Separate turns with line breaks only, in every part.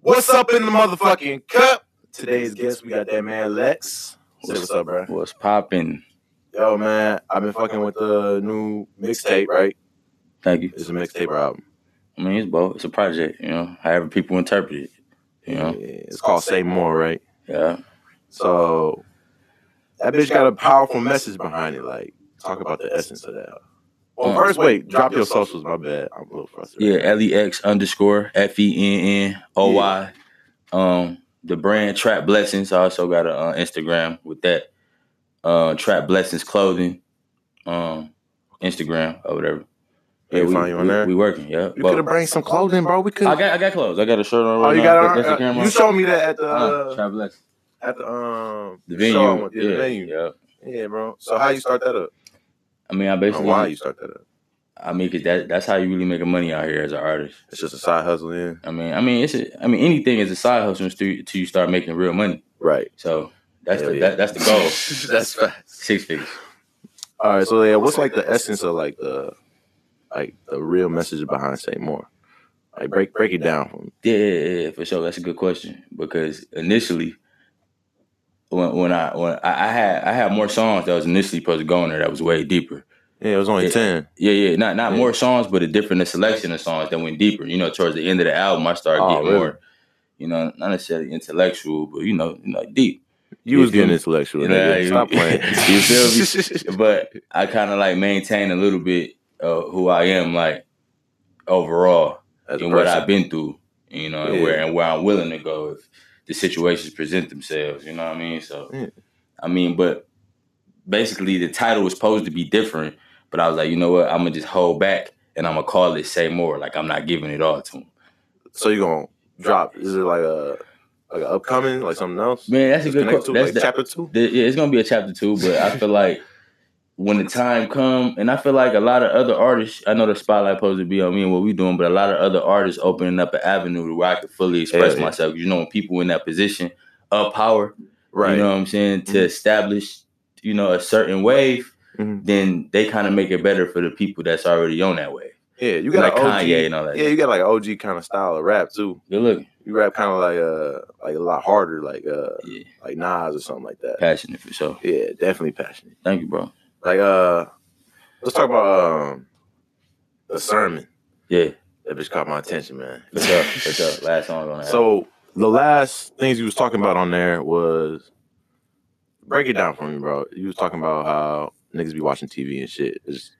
What's up in the motherfucking cup? Today's guest, we got that man Lex. Say what's up, bro?
What's popping?
Yo, man, I've been fucking with the new mixtape, right?
Thank you.
It's a mixtape album.
I mean, it's both. It's a project, you know. However people interpret it, you know.
It's called Say More, right?
Yeah.
So that bitch got a powerful message behind it. Like, talk about the essence of that. Well,
Mm.
first, wait, drop your socials. My bad. I'm a little frustrated.
Yeah. L e x underscore f e n n o y. Um, the brand Trap Blessings. I also got a uh, Instagram with that. Uh, Trap Blessings clothing. Um, Instagram or whatever.
They can find you on
we,
there.
We working. Yeah.
You
Both.
could have bring some clothing, bro. We could.
I got I got clothes. I got a shirt on.
Oh,
right
you
now.
got it.
That's the
on-
camera.
uh, You showed me that at the
Uh,
uh,
Trap Blessings.
at the um
The
show I
venue.
went to, the
yeah,
venue.
yeah.
Yeah, bro. So how you start that up?
I mean, I
Or
basically.
why Oh, you start that up?
I mean, cause that that's how you really making money out here as an artist.
It's just a side hustle, yeah.
I mean, I mean, it's a, I mean, anything is a side hustle until you- until you start making real money.
Right.
So that's
Hell
the
yeah.
that, that's the goal.
That's fast.
Six figures.
All right. So yeah, what's like the essence of like the like the real message behind say more? Like break break it down for me.
Yeah, yeah, yeah, for sure. That's a good question because initially, when when I when I, I had I had more songs that was initially supposed to go in there that was way deeper.
Yeah, it was only
Yeah.
ten.
Yeah, yeah, not not
Yeah.
more songs, but a different selection of songs that went deeper. You know, towards the end of the album, I started
Oh,
getting
really?
more. You know, not necessarily intellectual, but you know, you know, deep.
You
Yeah,
was getting
dude.
intellectual.
You know,
nigga.
like-
Stop playing.
You feel but I kind of like maintain a little bit of who I am, like overall,
As a
and what
person.
I've been through, you know, and
Yeah.
where and where I'm willing to go if the situations present themselves. You know what I mean? So,
Yeah.
I mean, but basically, the title was supposed to be different, but I was like, you know what? I'm gonna just hold back and I'm gonna call it "Say More." Like I'm not giving it all to him.
So you gonna drop? Is it like a like an upcoming like something else?
Man, that's a good
Connect to
question. That's
like
the-
chapter two.
the, yeah, it's gonna be a chapter two, but I feel like when the time come, and I feel like a lot of other artists, I know the spotlight supposed to be on me and what we doing, but a lot of other artists opening up an avenue where I could fully express
Hell yeah.
myself. You know, when people in that position of power,
Right.
you know what I'm saying, to
Mhm.
establish, you know, a certain wave,
Mhm.
then they kind of make it better for the people that's already on that wave.
Yeah, you got
like
an OG.
Kanye and all that.
Yeah, you got like OG kind of style of rap too.
Good looking,
You rap kind of like uh like a lot harder, like uh
Yeah.
like Nas or something like that.
passionate for sure.
Yeah, definitely passionate.
Thank you, bro.
Like uh, let's talk about um the sermon.
Yeah,
That bitch caught my attention, man.
for sure, for sure. Last song on that.
So the last things you was talking about on there was break it down for me, bro. You was talking about how niggas be watching TV and shit. Just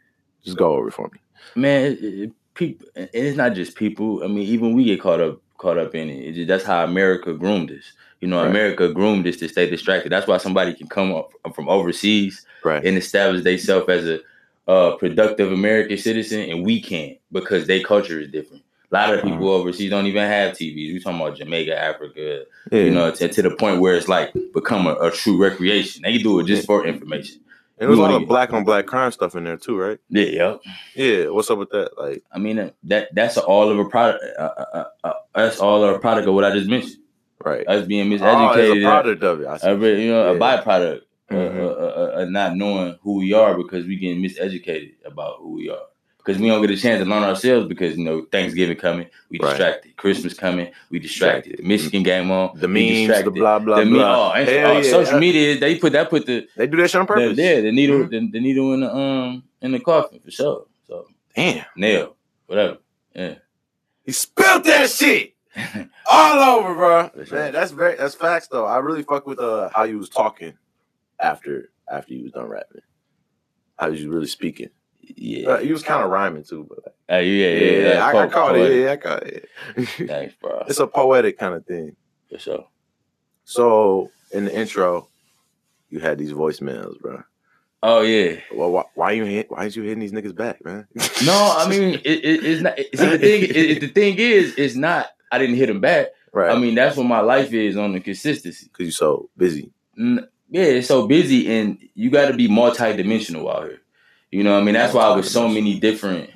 just go over it for me.
man, it, it, people, and it's not just people. I mean, even we get caught up caught up in it. It's just- that's how America groomed us. You know,
Right.
America groomed us to stay distracted. That's why somebody can come up from overseas
Right.
and establish themselves as a uh, productive American citizen, and we can't because their culture is different. A lot of people
Mhm.
overseas don't even have TVs. We talking about Jamaica, Africa,
Yeah.
you know, to, to the point where it's like become a, a true recreation. They do it just for information.
and there was a
you
lot
wanna
of
get-
black on black crime stuff in there too, right?
Yeah, yep.
Yeah. What's up with that? Like.
I mean uh, that that's all of a product. Uh, uh, uh, that's all of a product of what I just mentioned.
Right.
Us being
Oh, it's a
miseducated,
product of it. I see.
uh, re- you know,
Yeah.
a byproduct uh,
Mhm.
uh, uh, uh, not knowing who we are because we getting miseducated about who we are because we don't get a chance to learn ourselves because you know Thanksgiving coming, we
Right.
distracted. Christmas coming, we distracted. The Michigan game on,
the
we
memes, the
distracted.
blah blah
The me-
blah.
oh, and-
Hell
oh,
yeah.
social media they put that put the
They do that shit on
the,
purpose. Mm-hmm.
yeah, the needle the, the needle in the um in the coffin for sure. So
Damn,
nail whatever.
he spilled that shit all over, bro.
That's
Man,
right.
that's very that's facts though. I really fuck with uh, how you was talking after after you was done rapping. How you was really speaking?
Yeah.
Uh, you was kind of rhyming too, but like,
Hey, yeah, yeah,
yeah,
yeah.
I, I
Poet,
caught
poet.
it. Yeah, I caught it.
Thanks, bro.
it's a poetic kind of thing.
For sure.
So in the intro, you had these voicemails, bro.
Oh yeah.
Well, why, why you hit? Why is you hitting these niggas back, man?
No, I mean it, it, it's not. See, the thing, it, it- the thing is, it's not. I didn't hit him back.
right?
I mean, that's what my life is on the consistency.
because you're so busy.
N- Yeah, it's so busy, and you got to be multidimensional out here. You know, what I mean, that's why I was so many different.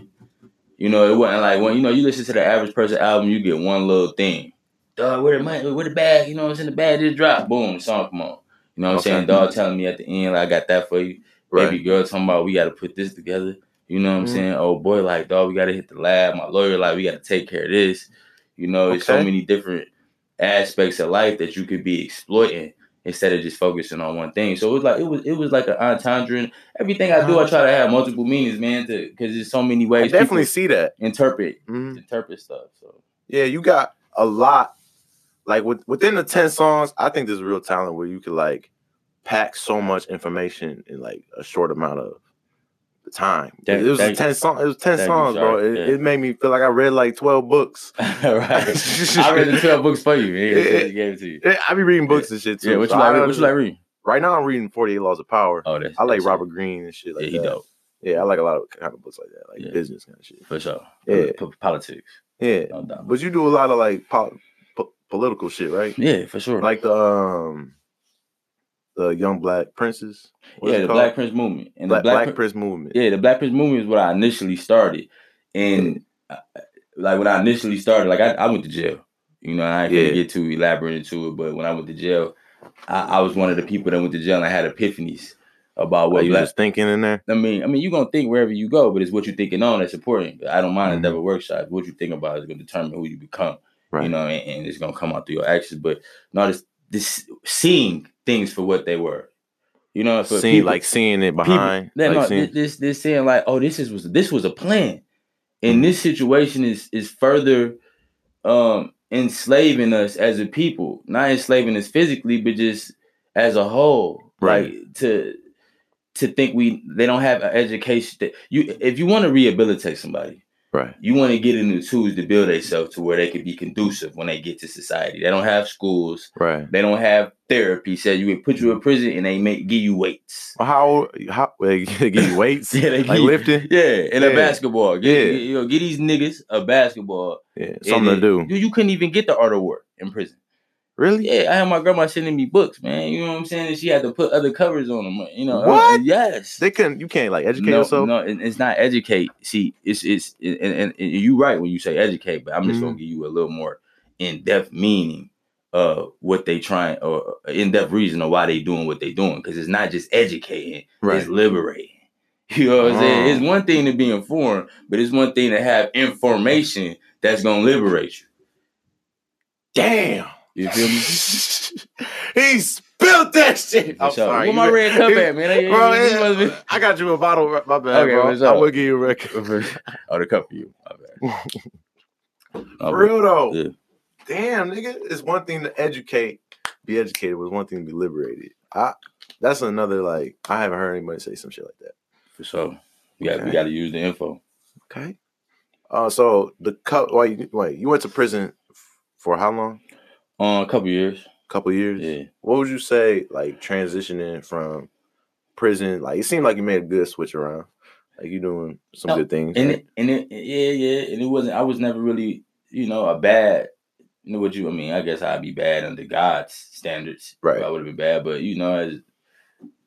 You know, it wasn't like when you know you listen to the average person album, you get one little thing. Dog, where the money, where the bag? You know, it's in the bag. Just drop, boom, song come on. You know what I'm
Okay.
saying? Dog telling me at the end, like, I got that for you.
Right.
baby girl talking about we got to put this together. You know what I'm
Mhm.
saying? Oh boy, like dog, we got to hit the lab. My lawyer like we got to take care of this. You know, it's so
Okay.
many different aspects of life that you could be exploiting instead of just focusing on one thing. So it was like it was it was like an entendre. And everything I do, I try to have multiple meanings, man, because there's so many
I
ways.
definitely
people
see that.
interpret
Mhm.
interpret stuff. So
Yeah, you got a lot. Like with, within the ten songs, I think there's real talent where you could like pack so much information in like a short amount of time.
Thank-
it was
thank-
ten songs. It was ten
thank you,
songs, bro.
sir.
It,
Yeah.
it made me feel like I read like twelve books.
right, I read the twelve books for you. Yeah,
Yeah.
gave it to you.
Yeah, I be reading books and shit too.
Yeah, what
so
you
I
like?
don't-
What you like reading?
Right now, I'm reading Forty Eight Laws of Power.
Oh, that's
I like
that's-
Robert Greene and shit like
yeah, he
that.
dope
Yeah, I like a lot of kind of books like that, like
Yeah.
business kind of shit.
for sure.
Yeah.
Po- politics,
Yeah,
no doubt.
but you do a lot of like po- po- political shit, right?
Yeah, for sure.
Like the um, the Young Black Princes. What is
yeah,
it
the
called?
Black Prince movement and
Black,
the Black,
Black
Prin-
Prince movement.
yeah, the Black Prince movement is what I initially started, and uh, like when I initially started, like I, I went to jail. You know, I ain't gonna
Yeah.
get too elaborate into it, but when I went to jail, I, I was one of the people that went to jail and I had epiphanies about
What
what
Oh, you
black.
just thinking in there?
I mean, I mean, you're gonna think wherever you go, but it's what you're thinking on that's important. I don't mind
Mhm.
a double workshop. What you think about is gonna determine who you become.
Right.
You know, and, and it's gonna come out through your actions. But not this, this seeing things for what they were. You know, for
seeing
people-
like seeing it
people-
behind.
Yeah,
like
no,
seeing-
this, this this saying like, oh, this is was this was a plan, and
Mhm.
this situation is is further um enslaving us as a people, not enslaving us physically, but just as a whole.
Right.
Like, to to think we they don't have an education that you if you want to rehabilitate somebody,
right.
you want to get them the tools to build themselves to where they can be conducive when they get to society. They don't have schools,
Right.
they don't have therapy. So you put you in prison and they make give you weights.
Well, How how they give you weights?
Yeah, they give
like
you-
lifting.
Yeah, and
Yeah.
a basketball. Get,
Yeah.
yeah, you know, get these niggas a basketball.
Yeah,
And
something to
then-
do.
You, you couldn't even get the art of war in prison.
Really?
Yeah, I had my grandma sending me books, man. You know what I'm saying? And she had to put other covers on them. You know? uh,
What?
yes.
They couldn't. You can't like educate
no,
yourself.
no, it- it's not educate. See, it's it's and, and, and you right when you say educate, but I'm just
Mhm.
gonna give you a little more in depth meaning of what they trying or in depth reason of why they doing what they doing because it's not just educating
Right.
is liberating. You know what I'm saying?
Oh.
It's one thing to be informed, but it's one thing to have information that's gonna liberate you.
Damn.
You feel me?
he spilled that shit.
For
I'm
sure.
sorry.
Where my red cup at, man? Hey,
Bro,
you
yeah.
must be-
I got you a bottle. My bad,
Okay,
bro.
what's
I
up?
will give you a record.
oh, the cup for you. My bad. My
For
bad.
real though.
Yeah.
Damn, nigga. It's one thing to educate, be educated, was one thing to be liberated. I that's another like I haven't heard anybody say some shit like that.
For sure. We got
Okay.
we got to use the info.
Okay. Uh so the cup wait, wait, you went to prison f- for how long?
Um, a couple years.
couple years?
Yeah.
what would you say like transitioning from prison like it seemed like you made a good switch around like you doing some
No,
good things
And
right?
it, and it, yeah, yeah. And it wasn't. I was never really, you know, a bad. You know what you? I mean, I guess I'd be bad under God's standards.
Right.
I would have been bad, but you know, as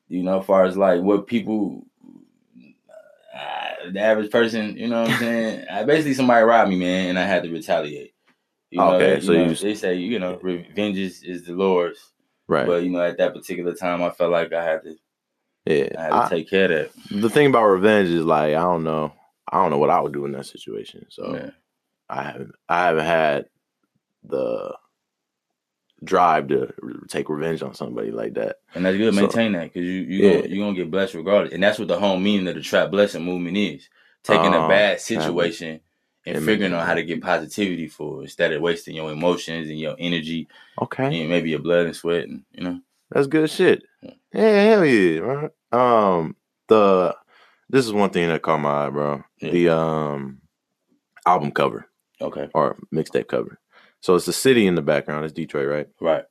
you know, as far as like what people, uh, the average person, you know what I'm saying? I basically somebody robbed me, man, and I had to retaliate. You know,
Okay,
you
so
know,
you was-
they say you know, revenge is, is the Lord's,
right
but you know, at that particular time, I felt like I had to,
yeah
I had to
I-
take care of that.
the thing about revenge is like i don't know i don't know what i would do in that situation so
Yeah.
i haven't i haven't had the drive to re- take revenge on somebody like that
And that's good.
So-
Maintain that because you you
Yeah.
gonna, you gonna get blessed regardless. And that's what the whole meaning of the trap blessing movement is: taking
Oh,
a bad
it.
situation and
And
figuring
making
out
it
how to get positivity for it instead of wasting your emotions and your energy
okay
and maybe your blood and sweat and you know.
That's good shit.
Yeah.
Yeah, hell yeah. Right? Um, the this is one thing that caught my eye, bro.
Yeah.
The um album cover
Okay,
or mixtape cover. So it's the city in the background. It's Detroit, right?
right.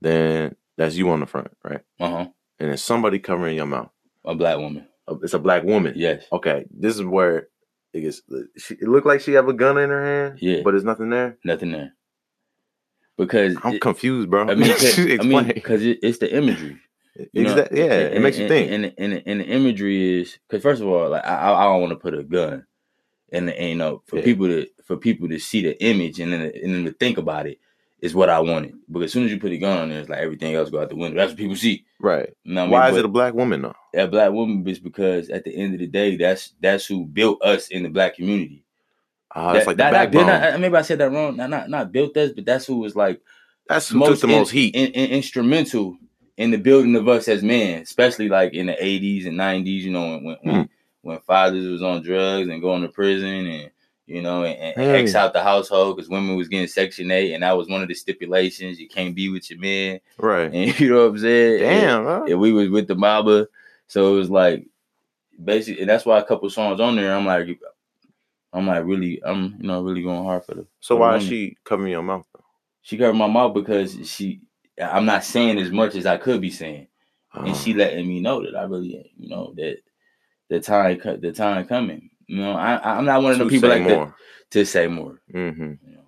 Then that's you on the front, right?
Uh huh.
And it's somebody covering your mouth.
A black woman.
Uh, It's a black woman.
Yes.
Okay, this is where it gets. She, it looked like she have a gun in her hand.
Yeah.
but there's nothing there.
Nothing there. Because
I'm
it-
confused, bro.
I mean, 'cause- I
Explain.
mean, because it, it's the imagery. you know,
Exa- yeah, it
and-
makes you
and-
think.
And and, and the imagery is because first of all, like I I I don't want to put a gun, and, and you know for
Yeah.
people to for people to see the image and then and then to think about it is what I wanted. Because as soon as you put a gun on there, it's like everything else go out the window. That's what people see.
right?
You know what I mean?
Why is
But
it a black woman though?
that black woman is because at the end of the day, that's that's who built us in the black community.
Ah, it's
That-
like
that-
the
that- did
backbone.
I- I- maybe I said that wrong. Not not not built us, but that's who was like
That's who took the most
in-
heat.
in- in- instrumental in the building of us as men, especially like in the eighties and nineties. You know, when when, when when fathers was on drugs and going to prison and you know and, and
Hey.
X out the household because women was getting section eight and that was one of the stipulations you can't be with your men
Right.
and you know what I'm saying. And-
Damn. huh?
and we was with the Mamba. So it was like basically and that's why a couple songs on there, I'm like I'm like really I'm you know really going hard for the
So why is
women.
she covering your mouth?
she covered my mouth because she I'm not saying as much as I could be saying.
Oh.
And she letting me know that I really you know that the time co- the time coming. You know, I I- I'm not one of the
To
people
say
like that
more.
to say more.
hmm
You know?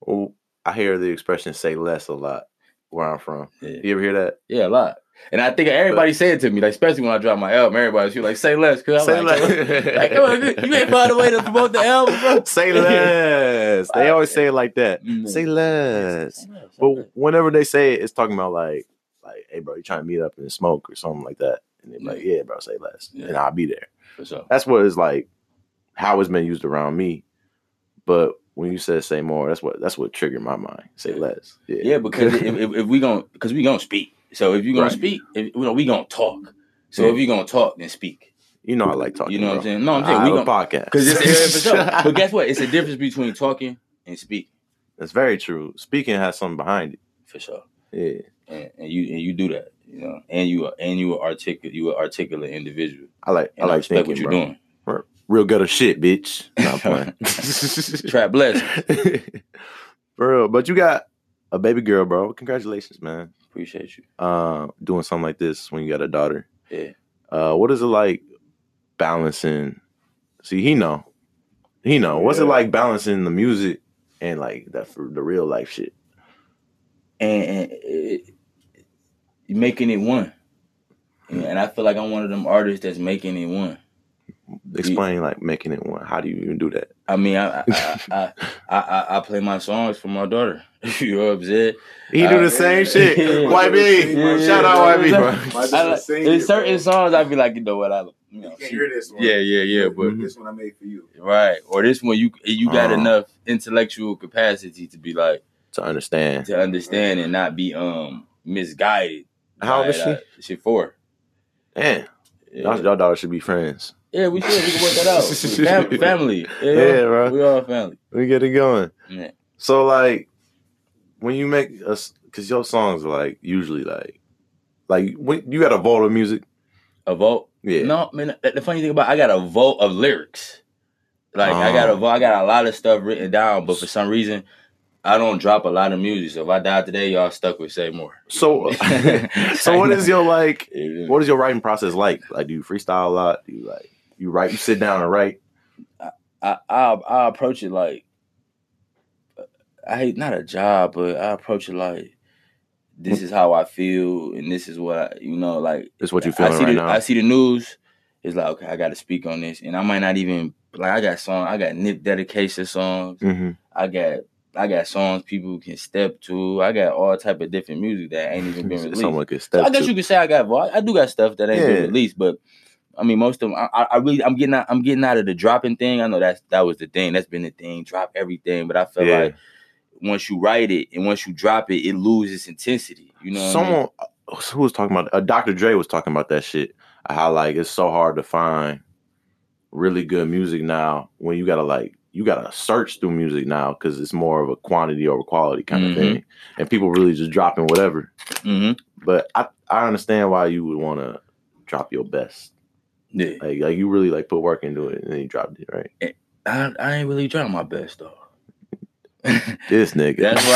Well, I hear the expression "say less" a lot where I'm from.
yeah.
You ever hear that?
yeah, a lot. And I think everybody said it to me, like especially when I dropped my album, everybody she was like, say less, cause I'm
say
like,
less.
like, come on, you ain't found a way to promote the album, bro.
say less. They always say it like that.
Mm.
Say less. But whenever they say it, it's talking about like, like, hey, bro, you trying to meet up and smoke or something like that. And they're like, yeah, bro, say less.
Yeah.
And I'll be there.
for sure.
That's what it's like, how it's been used around me. But when you said say more, that's what that's what triggered my mind. Say
Yeah.
less.
Yeah, because if, if, if we gonna because we gonna speak. So if you gonna
Right.
speak, if, you know, we gonna talk. So
Yeah.
if you gonna talk, then speak.
You know I like talking.
you know what I'm
bro.
saying? No, I'm
I
saying we
have
gonna
a podcast.
because it's yeah, for sure. But guess what? It's a difference between talking and speaking
That's very true. Speaking has something behind it.
for sure.
Yeah.
And, and you and you do that, you know. And you are and you are articulate. You are articulate individual.
I like I
And I,
like
respect
thinking,
what you're
bro.
doing.
Real gutter shit, bitch. Nah, I'm playing.
Trap bless.
For real. But you got a baby girl, bro. Congratulations, man.
Appreciate you.
Uh, doing something like this when you got a daughter.
Yeah.
Uh, what is it like balancing? See, he know, he know. What's it
Yeah.
like balancing the music and like that for the real life shit?
and, and it, it- making it one. You know, and I feel like I'm one of them artists that's making it one.
Explain like making it one. How do you even do that?
I mean, I I, I, I, I, I play my songs for my daughter. you know what I'm saying?
He do
Uh,
the same
yeah.
shit.
Yeah.
YB,
Yeah.
shout out YB,
Yeah.
bro.
My
I
daughter
like-
sing
there's
it,
certain
bro.
songs I'd be like, you know what? I you
You
know,
can't hear this one.
yeah, yeah, yeah. But
Mhm.
this one I made for you.
right, or this one, you you got
Uh.
enough intellectual capacity to be like
To understand,
to understand and not be um misguided.
How old is
by, uh, she four.
man, y'all,
Yeah.
y'all daughter should be friends.
Yeah, we should. We can work that out. Fam- family. Yeah,
Yeah, bro.
We all family.
We get it going.
Yeah.
So like, when you make us, cause your songs are like usually like, like when you got a vault of music.
A vote.
Yeah.
No, man. The the funny thing about I got a vote of lyrics. Like I got a
Oh.
vote. I got a lot of stuff written down, but for some reason, I don't drop a lot of music. So if I die today, y'all stuck with say more.
So, so what is your like? What is your writing process like? Like, do you freestyle a lot? Do you like you write? You sit down and write.
I, I I approach it like I hate not a job, but I approach it like this is how I feel, and this is what I, you know. Like
That's what you
I
feeling
see
right
the,
now.
I see the news. It's like okay, I got to speak on this, and I might not even like I got song. I got nip dedication songs.
hmm
I got I got songs people can step to. I got all type of different music that ain't even been released.
Someone could
So
step.
I guess
to.
you could say I got. Well, I, I do got stuff that ain't
Yeah.
been released, but I mean most of them. I, I I really I'm getting out. I'm getting out of the dropping thing. I know that's that was the thing. That's been the thing. Drop everything, but I feel
yeah.
like once you write it and once you drop it, it loses intensity. You know, what I mean?
someone who was talking about uh, Dr. Dre was talking about that shit. How like it's so hard to find really good music now when you gotta like you gotta search through music now because it's more of a quantity over quality kind
Mhm.
of thing, and people really just dropping whatever.
Mhm.
But I I understand why you would want to drop your best.
Yeah.
Like like you really like put work into it and then you dropped it right.
I, I ain't really trying my best though.
This nigga.
That's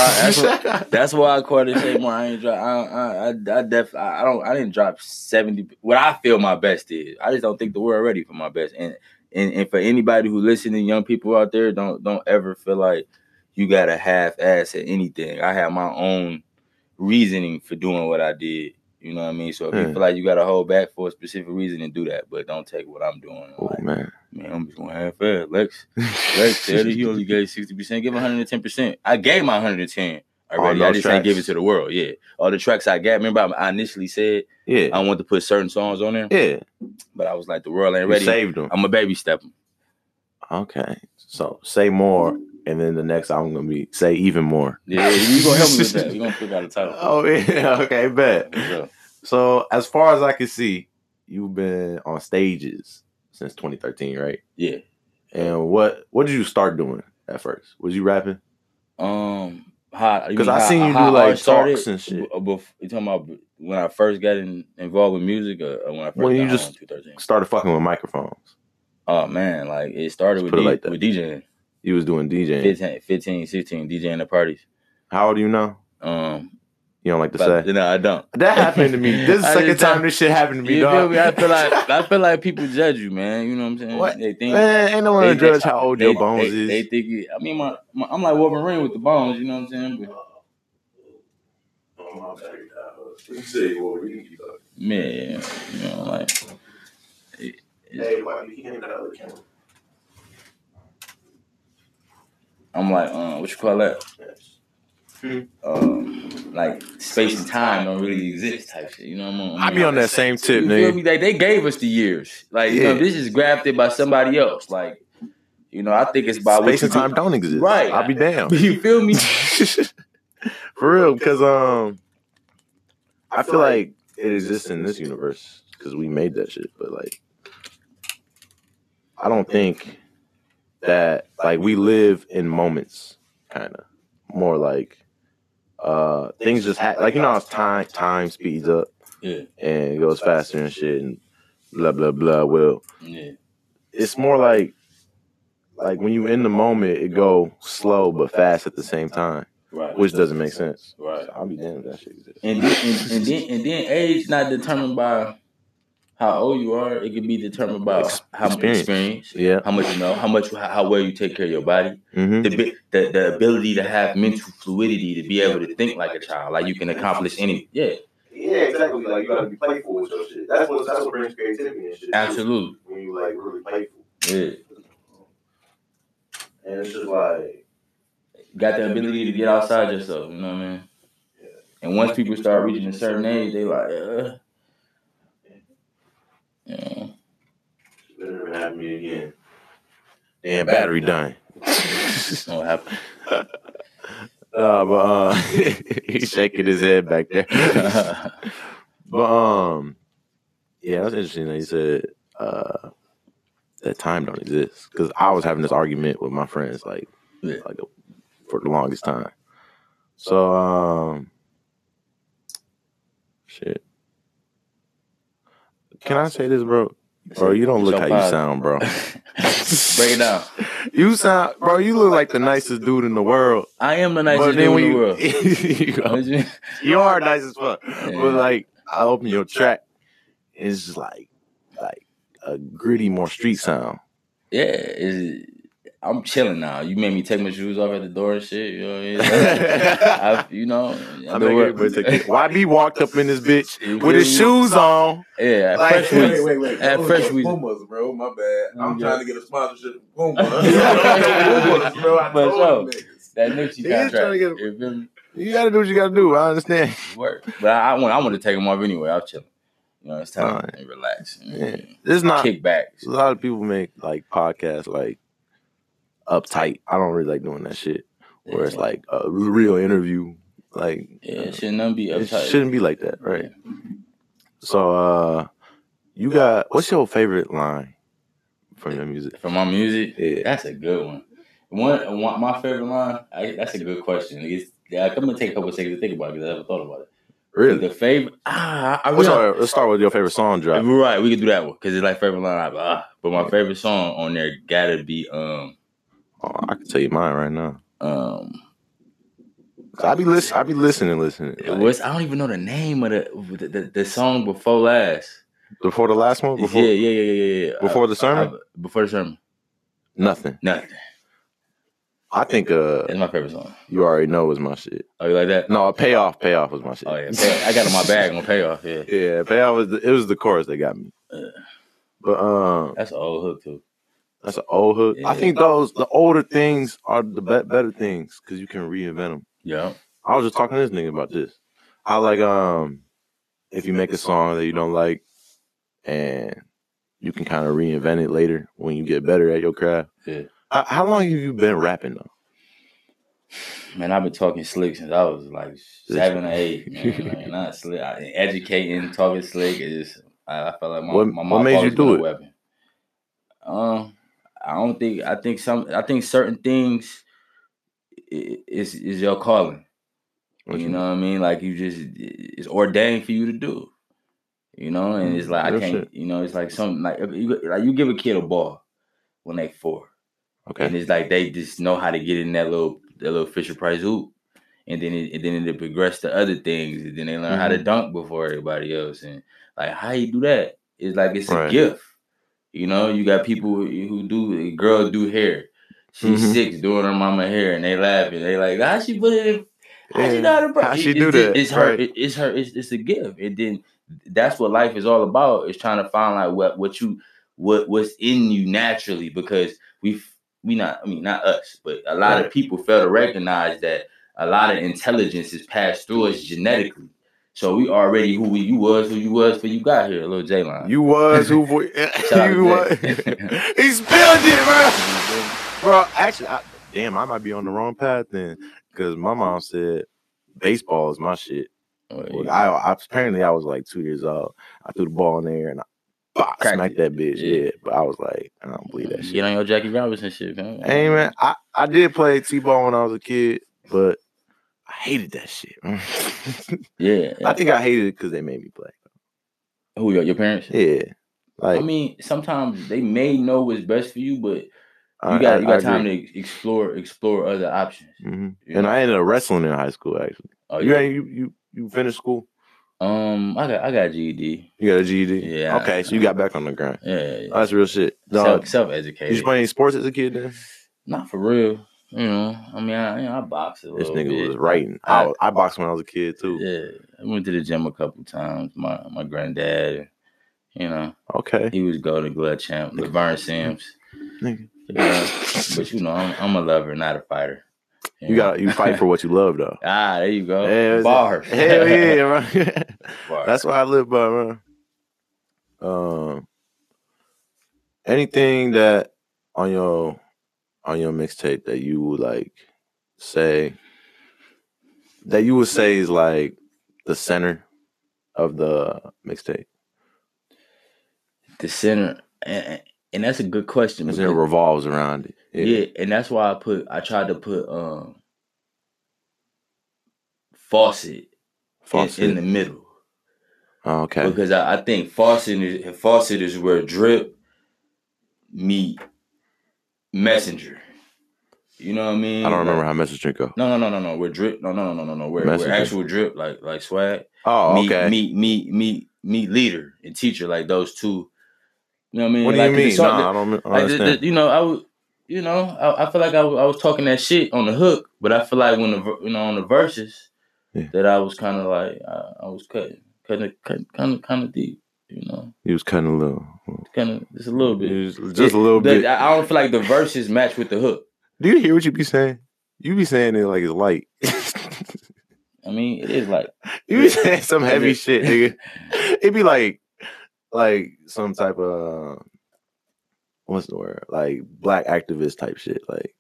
why- that's That's why I caught it say more. I ain't drop. I I I, I def. I I don't. I didn't drop seventy. What I feel my best is. I just don't think the world ready for my best. And and and for anybody who listening, young people out there, don't don't ever feel like you got to half ass at anything. I have my own reasoning for doing what I did. You know what I mean? So if you
Hmm.
feel like you got to hold back for a specific reason, then do that. But don't take what I'm doing.
oh
Like,
man.
man, I'm just going half ass, Lex. Lex said he only gave 60%. Give 110%. I gave my 110 already.
On
I
those
just ain't give it
tracks.
to the world. Yeah. All the tracks I got. Remember, I I initially said
yeah.
I wanted to put certain songs on there,
yeah.
but I was like, the world ain't
You
ready.
saved him.
I'm a baby step 'em.
Okay. So say more and then the next album gonna be say even more.
Yeah, you gonna help me with that. You gonna figure out a title.
Oh yeah, okay, bet.
So,
So as far as I can see, you've been on stages since 2013, right?
Yeah.
And what what did you start doing at first? Was you rapping?
Um, how?
Because I seen you do like talks and shit.
uh, you talking about when I first got in, involved with music, or, or when I first
When
got
you
on
just-
2013?
Started fucking with microphones.
Oh man, like it started
Just
with
put it
D-
like that.
with DJing,
You was doing DJing.
15, 15, 16, DJing the parties.
How old are you now?
Um,
You don't like to
but,
say.
no, I don't.
That happened to me. This is the
I
second
just-
time this shit happened to me,
You feel
dog.
me? I feel like I feel like people judge you, man. You know what I'm saying?
What?
They think
Man, ain't no one to
They- they-
judge how old
they,
your bones
they,
is.
They think it, I mean, my, my I'm like Wolverine with the bones. You know what I'm saying? But man, you know, like I'm like, um, what you call that? Um, like space and time don't really exist type shit. You know what I'm on?
I be on that same
You
tip,
feel
nigga.
me? Like they gave us the years. Like you know,
Yeah.
this is grafted by somebody else. Like you know, I think it's by what
Space
you
and time don't exist.
Right.
I'll be damned.
do. You feel me?
For real, because um, I feel like it exists in this universe because we made that shit. But like, I don't think that like we live in moments, kind of more like uh things just ha- like you know how time time speeds up
Yeah.
and it goes faster and shit and blah blah blah. Well,
Yeah.
it's more like like when you in the moment, it go slow but fast at the same time,
Right.
which doesn't make sense.
Right.
I'll be damned if that shit exists.
And then, and, and then and then age not determined by how old you are. It can be determined by
Ex-
how much
experience.
experience,
Yeah.
how much you know, how much how, how well you take care of your body,
Mm-hmm.
the, bi- the the ability to have mental fluidity, to be able to think like a child, like you can accomplish any. Yeah,
Yeah, exactly. Like you gotta be playful with your shit. That's what that's what brings creativity and shit.
absolutely.
When you like really playful,
Yeah,
and it's just like
got the ability to get outside yourself. You know what I mean? And once people start reaching a certain age, they like, uh, yeah.
it never happened to me again. Damn, battery dying.
it's gonna happen.
Uh, but uh, he's shaking his head back there. but um, yeah, that's interesting that you said uh that time don't exist because I was having this argument with my friends like
Yeah.
like for the longest time. So um, shit. Can I say this, bro? Bro, you don't look how you sound, bro.
Break it down.
You sound, bro. You look like the nicest dude in the world.
I am
But
the nicest
then
dude
when
in the
you-
world.
you go- you are nice as fuck. But like, I open your track, it's just like, like a gritty, more street sound.
yeah, it's, I'm chilling now. You made me take my shoes off at the door and shit. You know what I mean? I, you know,
I make everybody take- YB walked up in this bitch
You
with his
feel me?
shoes on.
Yeah,
Like-
fresh
Wait,
weeks.
wait, wait.
At
Those
Fresh
are
Weezy.
Pumas, bro. My bad. I'm
Yeah.
trying to get a sponsorship from Pumas.
Yeah.
Pumas, bro. I
But,
told them niggas.
That Nipsey
He is trying
contract.
to get a-
You feel me?
You gotta do what you gotta do. I understand.
Work. But I, I want. I want to take them off anyway. I'm chilling. You know, it's time
Alright.
to relax. You know,
Yeah. This is not.
Kick back.
A lot of people make like podcasts like uptight. I don't really like doing that shit. Where it's like a real interview. Like
yeah, it should not be
it
uptight.
shouldn't be like that, right? So uh you got what's your favorite line from your music?
For my music,
Yeah.
That's a good one. One, one my favorite line. I, that's a good question. It's- yeah, I'm gonna take a couple seconds to think about it because I haven't thought about it.
Really?
The favorite. Ah, I
What's
really.
our, let's start with your favorite song drop.
Right, we could do that one because it's like favorite line. I- ah, but my favorite song on there gotta be um
Oh, I can tell you mine right now.
um.
'Cause I be listen I be listening, listening.
It
Like,
was I don't even know the name of the the, the, the song before last.
before the last one? Before
yeah, yeah, yeah, yeah, yeah. yeah.
before the
I-
sermon?
I- before the sermon.
Nothing.
Nothing.
I think uh
That's my favorite song.
you already know is my shit.
Oh, you like that?
No, payoff, payoff was my shit.
Oh yeah, Pay- I got it in my bag on payoff. Yeah,
Yeah, payoff was the, it was the chorus that got me.
Yeah.
But um,
that's an old hook too.
that's an old hook. I
Yeah.
think those the older things are the be- better things because you can reinvent them.
Yeah,
I was just talking to this nigga about this. How like um, if you make a song that you don't like, and you can kind of reinvent it later when you get better at your craft.
Yeah.
How, how long have you been rapping though?
Man, I've been talking slick since I was like seven or eight. Man, like, not slick. I, educating, talking slick is. I, I felt like my
What-
my
what
mom
made you
always
do
been a
it?
Weapon. Um, I don't think. I think some. I think certain things i- i- is is your calling.
What
you
you-
know what I mean? Like you just it's ordained for you to do. You know, and it's like I
Mm-hmm. Real
can't.
shit.
You know, it's like something like if you like you give a kid a ball when they four. And
Okay.
it's like they just know how to get in that little that little Fisher Price hoop. And then it and then it progressed to other things. And then they learn how to
Mm-hmm.
dunk before everybody else. And like how you do that? It's like it's a
Right.
gift. You know, you got people who do a girl do hair. She's
Mhm.
six doing her mama hair and they laughing. They like, how she put it in how she
Yeah.
know how to bra-
How
it-
she
it's
do
just-
that?
It's her.
Right.
it- it's her. It's, it's a gift, and then that's what life is all about. Is trying to find like what what you what what's in you naturally because we f- we not I mean not us, but a lot of
Right.
people fail to recognize that a lot of intelligence is passed through us genetically. So we already who we, you was who you was before you got here, little J line.
You was who vo-
out to
you was. he
Jay.
spilled it, bro. Bro, actually, I, damn, I might be on the wrong path then, because my mom said baseball is my shit. Well, I, I apparently I was like two years old. I threw the ball in there and I bah,
Cracked
smacked that bitch.
Yeah.
Yeah, but I was like, I don't believe that shit.
Get on your Jackie Robinson shit, man.
Hey man, I, I did play t-ball when I was a kid, but I hated that shit. I
Yeah.
think I hated it because they made me play.
Who your, your parents?
Yeah, like
I mean, sometimes they may know what's best for you, but
I-
you got
I-
you
I
got time
agree.
to ex- explore explore other options.
Mhm.
you
And
know?
I ended up wrestling in high school. Actually,
Oh
you
yeah.
ain't you you you finished school?
Um, I got I got GED.
You got a GED?
Yeah,
Okay, so you got back on the grind. Oh,
Yeah, yeah.
That's real shit. Dog,
self self
did you
educated.
play any sports as a kid? Then
Not for real. You know, I mean, I you know, I boxed a
this
little
nigga
bit.
was writing.
I-
I, I boxed when I was a kid too.
Yeah, I went to the gym a couple times. My my granddad, you know,
Okay,
he was Golden Glove champ. Laverne Sims.
Nigga.
Yeah, but you know, I'm, I'm a lover, not a fighter.
you got you fight for what you love though.
ah, there you go.
Yeah, it's-
Bar.
Hell yeah, bro.
Bar.
That's what I live by, man. Um, anything that on your on your mixtape that you would like say that you would say is like the center of the mixtape.
the center and, and that's a good question
Because it
because-
revolves around it.
yeah. and that's why i put i tried to put um faucet, in-
Faucet.
in, the middle
Oh, okay.
because I, I think faucet is faucet is where drip meet messenger you know what i mean
I don't remember
Like-
how message drink go.
no, no, no, no, no. We're drip. No, no, no, no, no, no. We're, we're
Messenger.
actual drip, like like swag.
Oh,
meet,
okay.
meet, meet, meet, meet leader and teacher, like those two. You know what I mean?
What do
Like,
you
'cause
mean?
it's all-
Nah, I don't, I don't
like, the- the-
understand.
you know, I would, you know, I, I feel like I, wa- I was talking that shit on the hook, but I feel like when the ver- you know on the verses
Yeah.
that I was kind of like I, I was cutting, cutting, cutting, kind of, kind of deep, you know,
He was cutting a little.
kind of just a little bit,
He was just a
Yeah,
little
the-
bit.
I I don't feel like the verses match with the hook.
Do you hear what you be saying? You be saying it like it's light.
I mean, it is like
you be saying some heavy
Yeah.
shit, nigga. It be like, like some type of what's the word? Like black activist type shit. Like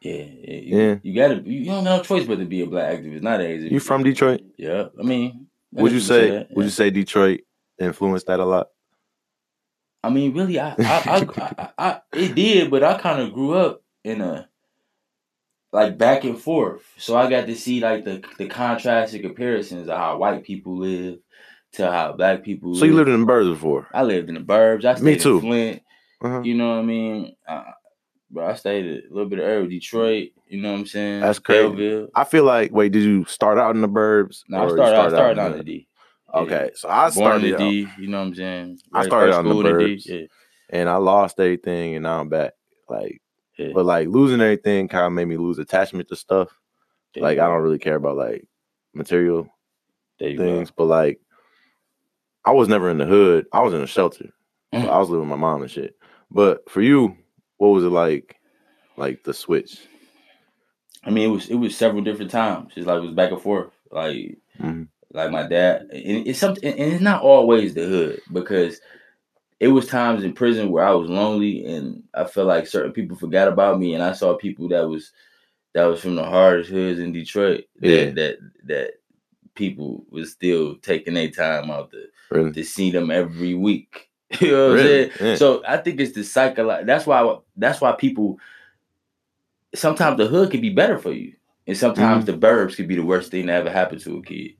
yeah, yeah, you,
Yeah.
you gotta, you, you don't have no choice but to be a black activist nowadays.
you from Detroit?
Yeah, I mean,
Would you say?
that,
Would
yeah.
you say Detroit influenced that a lot?
I mean, really, I, I, I, I, I it did, but I kind of grew up in a like back and forth, so I got to see like the the contrast and comparisons of how white people live to how black people.
So you lived in the birds before?
I lived in the burbs. I stayed
Me
in
too.
Flint.
Uh-huh.
You know what I mean? I, but I stayed a little bit of area, Detroit. You know what I'm saying?
That's crazy.
Belleville.
I feel like. Wait, did you start out in the burbs?
No, I
or you
started. I started
out
on
in
the D. Yeah.
Okay, so I
Born in
started
the
out
D. You know what I'm saying?
I started
First
out in the
school
burbs.
D.
and I lost everything, and now I'm back. Like,
Yeah, yeah,
but like losing everything kind of made me lose attachment to stuff.
There
Like
you
I
go.
don't really care about like material
There you go.
things, but like I was never in the hood. I was in a shelter. So
Mhm.
I was living with my mom and shit. But for you, what was it like? Like the switch.
I mean, it was it was several different times. It's like it was back and forth. Like like my dad, and it's something, and it's not always the hood because it was times in prison where I was lonely and I felt like certain people forgot about me, and I saw people that was that was from the hardest hoods in Detroit. That,
Yeah.
that that people was still taking their time out to
Really?
to see them every week. you know what I'm saying?
Really? Yeah.
So I think it's the psychological. That's why. That's why people. Sometimes the hood can be better for you, and sometimes
Mm-hmm.
the burbs could be the worst thing that ever happened to a kid.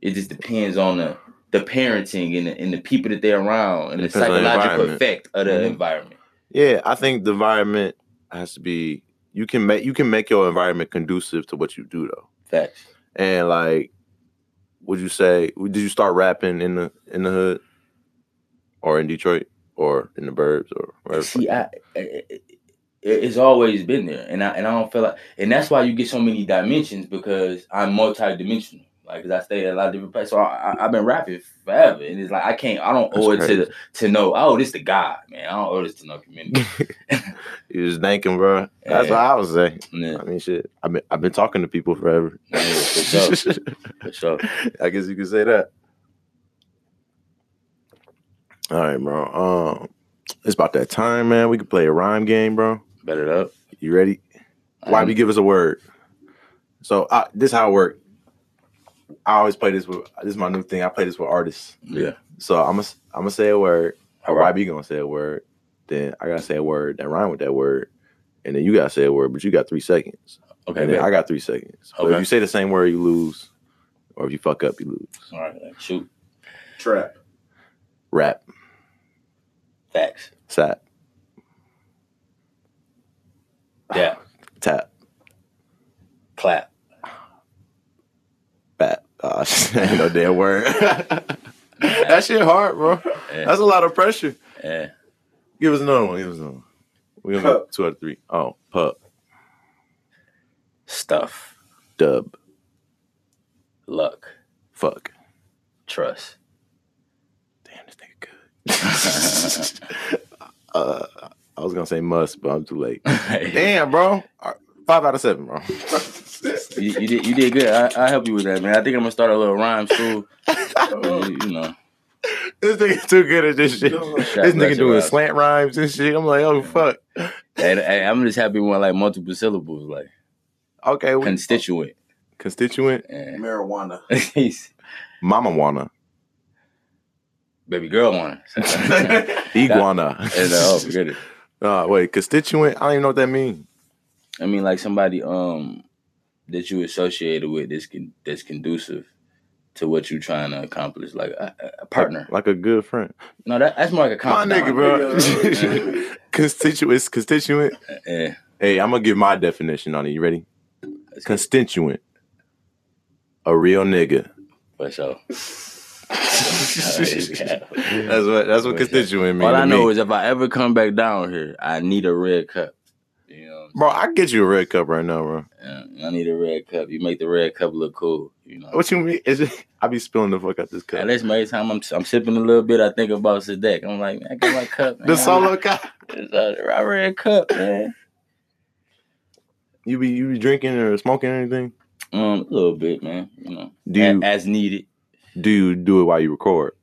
It just depends on the the parenting and the, and the people that they're around and the
Depends on the
psychological
environment.
effect of the
Mhm.
environment.
Yeah, I think the environment has to be you can make you can make your environment conducive to what you do though.
Facts.
And like would you say did you start rapping in the in the hood or in Detroit or in the burbs or wherever?
See, I, I- I- it's always been there, and I and I don't feel like, and that's why you get so many dimensions because I'm multidimensional. Like, cause I stay at a lot of different places, so I, I, I've been rapping forever, and it's like I can't, I don't
That's
owe it to
crazy.
the, to know. Oh, this the guy, man. I don't owe this to no community.
You just thanking, bro. That's
Yeah.
what I would say.
yeah,
I mean, shit. I've been I've been talking to people forever.
yeah, for sure, for sure.
I guess you could say that. All right, bro. Um, it's about that time, man. We could play a rhyme game, bro.
Bet it up.
You ready?
Um,
Why be give us a word? So I, this how it work. I always play this with this is my new thing. I play this with artists.
Yeah.
So I'm gonna I'm gonna say a word.
All
Why
right.
be gonna say a word? Then I gotta say a word that rhyme with that word, and then you gotta say a word. But you got three seconds.
Okay.
and then
bet.
I got three seconds. But
Okay.
if you say the same word, you lose. Or if you fuck up, you lose.
All right. then. Shoot.
Trap.
Rap,
Facts.
sap,
Yeah.
tap,
Clap.
bat. Uh, ain't no damn word. that shit hard, bro.
Yeah.
That's a lot of pressure.
yeah.
Give us another one. Give us another one. We're gonna go two out of three. Oh, pup,
Stuff.
dub,
Luck.
fuck.
Trust.
Damn, this nigga good. uh, I was gonna say must, but I'm too late. Damn, bro. All right, Five out of seven, bro.
You, you did you did good. I I help you with that, man. I think I'm gonna start a little rhyme soon.
Oh,
You, you know,
This nigga too good at this shit.
Shout
This
out to
nigga doing
Ross.
slant rhymes and shit. I'm like, oh fuck.
And- and I'm just happy when like multiple syllables, like
Okay, we,
constituent.
constituent,
Yeah.
marijuana.
He's-
mama wanna,
baby girl on it.
iguana.
and, uh, oh, forget it.
Uh, wait, constituent. I don't even know what that means.
I mean, like somebody um that you associated with that's con- that's conducive to what you're trying to accomplish, like a, a- a partner.
Like a good friend.
No, that, that's more like a
My
confidant.
nigga, bro.
Nigga.
Constituents, constituent.
Yeah.
Hey, I'm gonna give my definition on it. You ready? Constituent, a real nigga.
For sure.
that's what that's what constituent means.
All I know
me.
is if I ever come back down here, I need a red cup. You know,
bro, I can get you a red cup right now, bro.
Yeah, I need a red cup. You make the red cup look cool. You know,
What you mean? Is it, I be spilling the fuck out this
at
cup.
least every time I'm I'm sipping a little bit, I think about Sadek. I'm like, man, I got my cup. Man.
The solo cup.
It's a a red cup, man.
You be you be drinking or smoking or anything?
Um, a little bit, man. You know,
Do
a-
you
as needed.
do you do it while you record?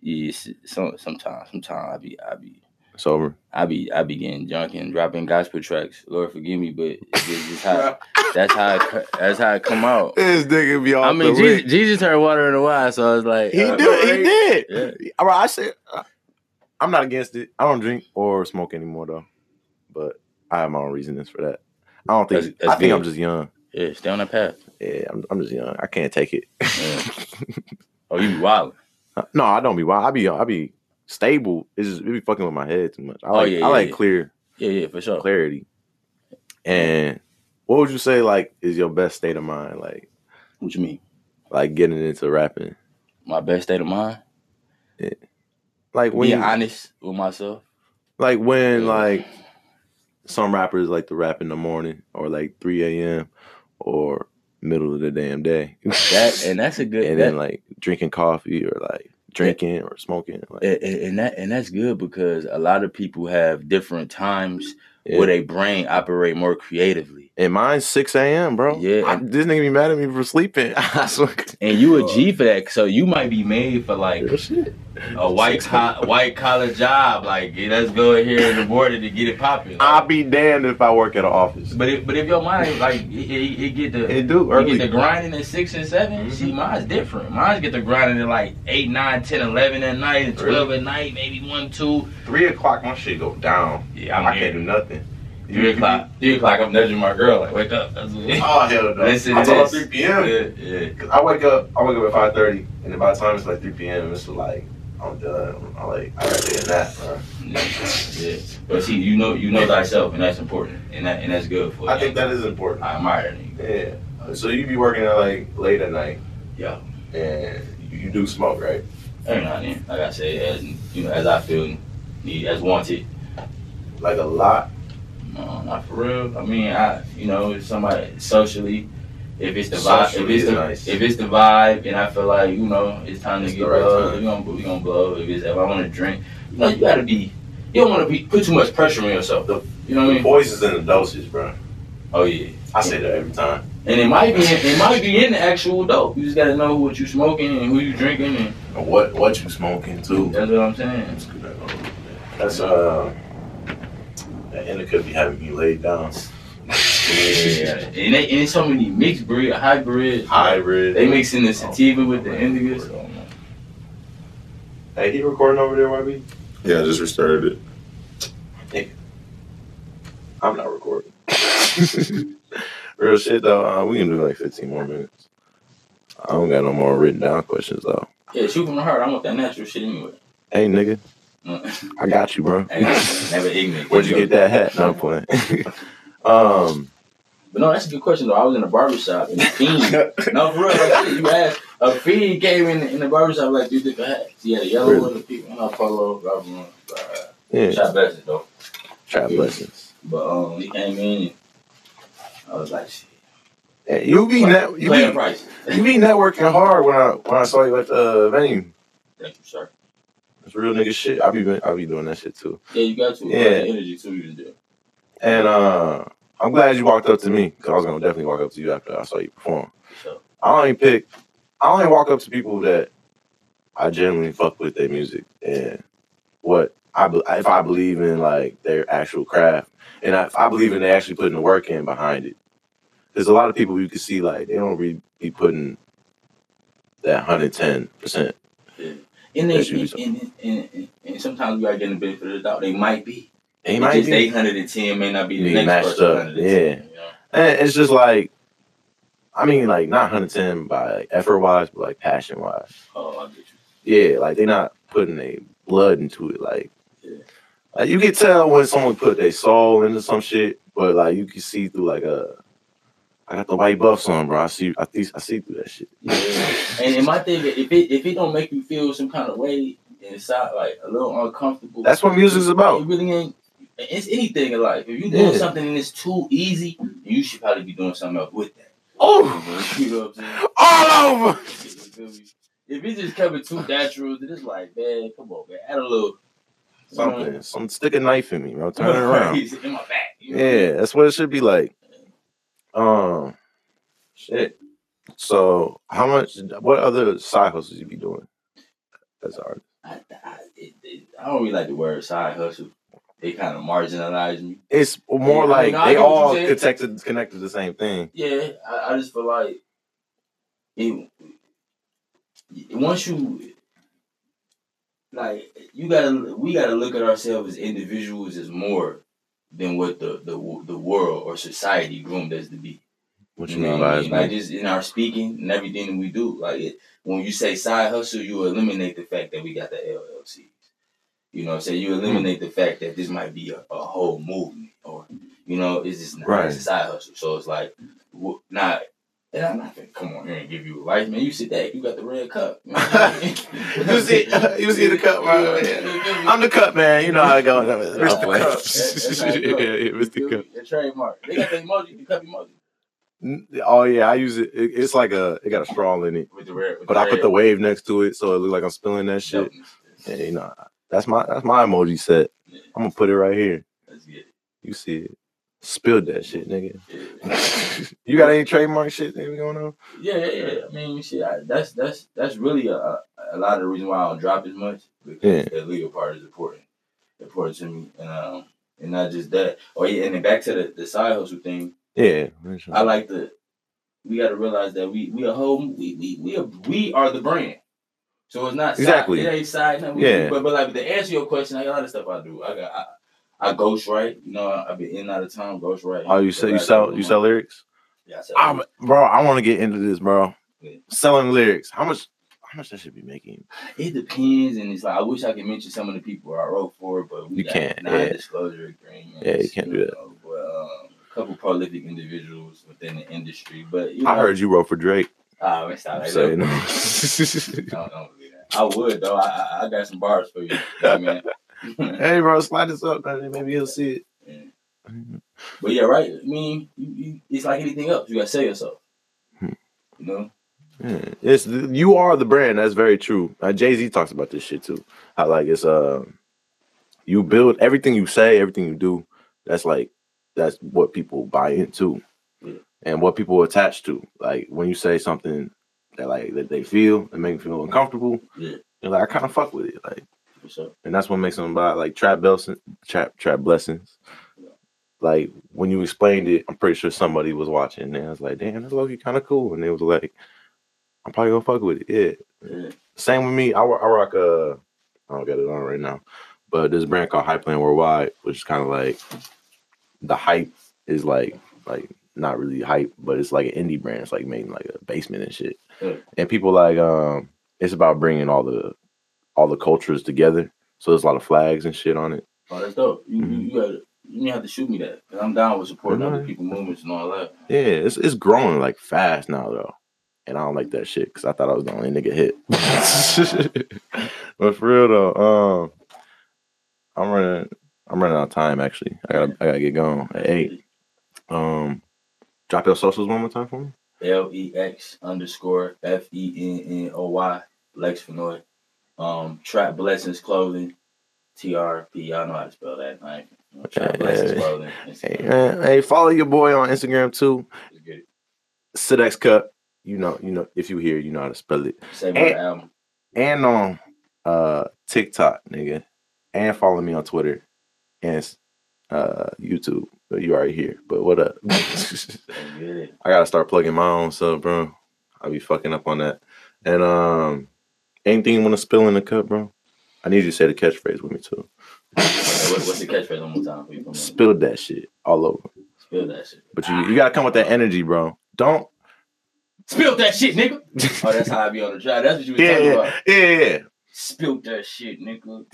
Yeah, s- some sometimes, sometimes I be I be
Sober.
I be I be getting drunk and dropping gospel tracks. Lord forgive me, but it's just, it's how that's how it, co- that's how it come out.
This nigga be off
I mean,
the wick.
Jesus, Jesus turned water into wine, so I was like,
He
uh,
do. He did.
Yeah.
Bro, I said I- I'm not against it. I don't drink or smoke anymore though, but I have my own reasonings for that. I don't think.
That's- that's
I think
good.
I'm just young.
yeah, stay on that path.
Yeah, I'm, I'm just young. I can't take it. Uh,
Yeah. Oh, you be wild.
no, I don't be wild. I be I be stable. It's just it be fucking with my head too much. I
Oh,
like
yeah,
I
yeah,
like
yeah. Oh.
clear
Yeah, yeah, for sure.
clarity. And what would you say like is your best state of mind? Like
What you mean?
like getting into rapping.
My best state of mind?
Like when
Being
you-
honest with myself.
like when
Yeah.
like some rappers like to rap in the morning or like 3 a.m or middle of the damn day
That and that's a good
and
that,
then like drinking coffee or like drinking or smoking like
and, and- and that and that's good because a lot of people have different times
yeah.
where they brain operate more creatively.
And mine's 6 a.m., bro.
Yeah.
I, this nigga be mad at me for sleeping. I swear.
And you a G for that, so you might be made for like a white co- white collar job. Like yeah, let's go in here in the morning to get it popping.
I'll be damned if I work at an office.
but if, but if your mind like it, it, it get the
It do
you
early. Mm-hmm.
get the grinding at six and 7 See, mine's different. Mine's get the grinding at like eight, nine, ten, eleven at night, and twelve at night, maybe one, two.
Three o'clock, my shit go down.
Yeah, I'm here.
nothing.
Three o'clock. Three o'clock. I'm nudging my girl. Like wake up. That's what.
Oh hell no!
Listen
I
to
told her
this.
3 p.m.
Yeah, yeah.
'Cause I wake up, I wake up at five thirty, and then by the time it's like three p.m., it's like I'm done. I'm like I gotta do that, bro.
Yeah, yeah. But see, you know, you know thyself, and that's important, and that, and that's good for you.
I think that is important.
I admire that nigga.
Yeah. So you be working at like late at night.
Yeah.
And you you do smoke, right?
Every now and then, like I say, as you know, as I feel need, as wanted.
Like a lot.
No, Uh, not for real. I mean, I, you know, if somebody socially, if it's the vibe, if
Socially
it's
is
the,
nice.
if it's the vibe, and I feel like you know, it's time
It's
to
the
get
right
blow.
time.
We gonna we gonna blow. If it's if I want to drink, you know, you gotta be. You don't want to be put too much pressure on yourself. Though. You know what I
The
mean?
poison's in the dosage, bro.
Oh yeah.
I say that every time.
And it might be it might be in the actual dope. You just gotta know what you smoking and who you drinking and
And What what you smoking too?
that's what I'm saying.
That's uh, that indica be having me laid down.
Yeah. And they and so many mixed breed, hybrid.
Hybrid. Oh,
They mixing the sativa with the indica. So
Hey, he recording over there, YB?
Yeah, I just restarted it.
I'm not recording. Real shit though. Uh, we can do like 15 more minutes. I don't got no more written down questions though.
yeah, shoot from the heart. I want that natural shit anyway.
Hey, nigga,
No.
I got you, bro.
Ain't nothing, Never ignorant.
Where'd you get that hat? No I'm playing. um,
But no, that's a good question though. I was in a barbershop and a fiend. no, for real, like, shit, you asked. A fiend came in in the barbershop like, "Do you think I had?" She had a yellow
Really?
one, the pink one, a polo, blah blah. blah.
yeah,
Shot blessings though.
trap blessings.
But um, he came in. And I was like, shit.
Hey, you be net, you
playing
be,
price.
you be networking hard when I when I saw you at the uh, venue.
Thank you, sir.
It's real nigga shit. I be I be doing that shit too.
Yeah, you got to.
Yeah.
Yeah. Energy too, you was there.
And uh, I'm glad you walked up to me because I was gonna definitely walk up to you after I saw you perform.
For sure.
I only pick, I only walk up to people that I genuinely fuck with their music and what I be- if I believe in like their actual craft and I, if I believe in they actually putting the work in behind it. There's a lot of people you can see like they don't really be putting that hundred ten percent.
And, they,
That's
and,
usually
and, and, and, and sometimes you gotta get in the benefit of the doubt. They might be.
They
It's
might
just
be.
810 may not be the
They
next
matched
person.
up,
110, you know?
And it's just like, I mean, like not hundred ten by like, effort wise, but like passion wise.
Oh, I get you.
Yeah, like they're not putting their blood into it. Like,
Yeah.
like you can tell when someone put their soul into some shit, but like you can see through like a. I got the white buffs on, bro. I see, I see, I see through that shit.
Yeah. and, and my thing is, if it if it don't make you feel some kind of way inside, like a little uncomfortable,
That's what music's about.
It really ain't. It's anything in life. If you're doing
Yeah.
something and it's too easy, you should probably be doing something else with that.
Oh,
You know what I'm saying?
all over.
If it just coming too natural, then it's like, man, come on, man, add a little Mm-hmm.
Something, some stick a knife in me, bro. Turn it around.
It's in my back. you know?
Yeah, that's what it should be like. Um, shit. So, how much? What other side hustles you be doing? That's hard.
I, I, it, it, I don't really like the word side hustle. They kind of marginalize me.
It's
Yeah, I
more
mean,
like
I
they
get what
all
you're saying.
connected, connected to the same thing.
Yeah, I, I just feel like it, once you like you gotta we gotta look at ourselves as individuals as more than what the the wo- the world or society groomed us to be.
What
You know what I mean? Like just in our speaking and everything that we do. Like it, when you say side hustle, you eliminate the fact that we got the LLCs. You know what I'm saying?
Hmm.
You eliminate the fact that this might be a, a whole movement or, you know, it's just not
Right.
it's a side hustle. So it's like, wh- not, and I'm not going to come on here and give you advice, man. You sit there, you got the red cup. You, know what I mean?
You see- you see the cup, bro.
You feel me?
I'm the cup man. You know how I go. Mr.
Cup. That's how it
yeah,
go.
yeah,
You
Mr.
feel
Cup.
me? The trademark. They got the emoji, the cup emoji
N- Oh yeah, I use it. it- It's like a it got a straw in it,
with the red. With
but
the
I put
red
the wave next to it so it look like I'm spilling that shit.
dopeness.
Yeah, you know, that's my that's my emoji set. I'm gonna put it right here.
Let's get it.
You see it? Spilled that shit, nigga. you got any trademark shit that going on?
Yeah, yeah, yeah. I mean, shit, I, that's that's that's really a, a a lot of the reason why I don't drop as much because
Yeah.
the legal part is important, important to me, and um, and not just that. Oh yeah, and then back to the, the side hustle thing.
Yeah.
I like the. We got to realize that we we a whole we we we are, we are the brand. So it's not side-
Exactly.
it ain't side. nothing.
Yeah.
But but like to answer your question, I got a lot of stuff I do. I got I, I ghost write. You know, I've been in and out of town ghost writing.
oh, you sell you sell you sell lyrics?
Yeah, I sell.
I'm, bro, I want to get into this, bro.
Yeah.
Selling lyrics. How much? How much that should be making?
It depends, and it's like I wish I could mention some of the people I wrote for, but we
You
got
can't, yeah.
non-disclosure agreements.
Yeah, you can't do that.
know, but um, a couple prolific individuals within the industry, but you know,
I heard you wrote for Drake.
Ah, man, stop that.
So, you
No,
know.
don't believe that. I would though. I, I, I got some bars for you, man.
hey, bro, slide this up, man. Maybe he'll see it.
but yeah, right. I mean, you, you, it's like anything else. You gotta sell yourself.
Hmm.
You know,
Yeah. It's you are the brand. That's very true. Uh, Jay Z talks about this shit too. How like it's uh, you build everything you say, everything you do. That's like that's what people buy into,
Yeah.
and what people attach to. Like when you say something that like that they feel and make them feel uncomfortable.
Yeah.
You're like I kind of fuck with it. Like
for sure.
and that's what makes them buy like trap blessing, trap trap blessings. Like when you explained it, I'm pretty sure somebody was watching, and I was like, "Damn, that's Loki kind of cool." And they was like, "I'm probably gonna fuck with it." Yeah.
Yeah.
Same with me. I, ro- I rock uh I don't got it on right now, but this brand called Hype Plan Worldwide, which is kind of like the hype is like like not really hype, but it's like an indie brand. It's like made in like a basement and shit.
Yeah.
And people like um, it's about bringing all the all the cultures together. So there's a lot of flags and shit on it.
Oh, that's dope. You
Hmm.
you, you gotta. You may have to shoot me that. i I'm down with supporting other
Mhm.
people movements and all that.
Yeah, it's it's growing like fast now though, and I don't like that shit because I thought I was the only nigga hit. but for real though, um, I'm running I'm running out of time actually. I gotta I gotta get going at eight. Um, drop your socials one more time for me.
L E X underscore F E N N O Y Lex Fenoy. Um, Trap Blessings Clothing. T R P. Y'all know how to spell that. Like, you know, Trap
Hey,
Blessings
hey,
Clothing.
Hey,
Instagram.
man, hey, follow your boy on Instagram too.
Let's get it.
Sidex Cup. You know, you know, if you hear, you know how to spell it.
Save
Hey.
the album.
And on uh TikTok, nigga. And follow me on Twitter and uh YouTube. You already here, but what up? I
Let's get it.
gotta start plugging my own stuff, bro. I'll be fucking up on that. And um anything you wanna spill in the cup, bro? I need you to say the catchphrase with me too.
Okay, what- what's the catchphrase one more time for you? Come on.
Spill that shit all over.
Spill that shit.
But you, you gotta come with that energy, bro. Don't.
Spill that shit, nigga. Oh, that's how I be on the drive. That's what you was talking about.
yeah, yeah,
Spill that shit, nigga.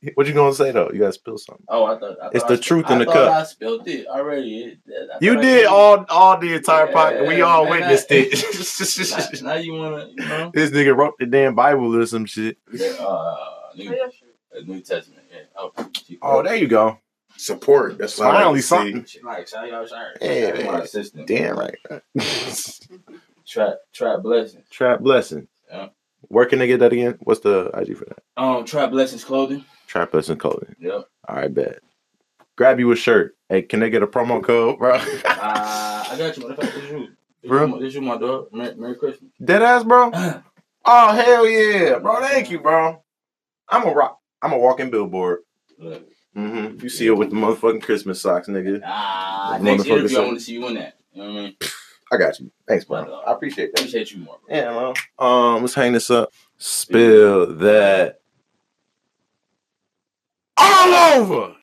yeah. What you gonna say though? You gotta spill something.
Oh, I thought I
It's
thought
the
I spill-
truth in
I
the
thought
cup.
I spilled it already. It- I
You
thought I
did
spilled it.
all, all the entire
Yeah,
podcast. We all
man,
witnessed
I-
it.
Now, now you wanna, you know?
this nigga wrote the damn Bible or some shit.
Yeah, uh, New, uh, New Testament. Yeah. Oh, she-
Oh, there you go.
Support. That's what
Finally
I like to see.
something.
She Like, shout y'all, shout out.
Yeah,
Shout out
man.
my system.
Damn right.
Trap, trap blessings.
Trap blessing.
Yeah.
Where can they get that again? What's the IG for that?
Um, trap blessings clothing.
Trap blessing clothing.
Yep.
All right, bet. Grab you a shirt. Hey, can they get a promo code, bro?
Uh, I got you, motherfucker. This you, this
Bro.
you, my- this you, my dog. Merry, Merry Christmas.
Dead ass, bro.
yeah,
Oh hell yeah, bro! Thank you, bro. I'm a rock. I'm a walking billboard. Mm-hmm. You see it with the motherfucking Christmas socks, nigga.
Ah,
Motherfucker
next interview,
said-
I want to see you in that. You know what I mean?
I got you. Thanks,
bro.
bro. I appreciate that.
Appreciate you more. Bro.
Yeah, man. Um, let's hang this up. Spill that all over.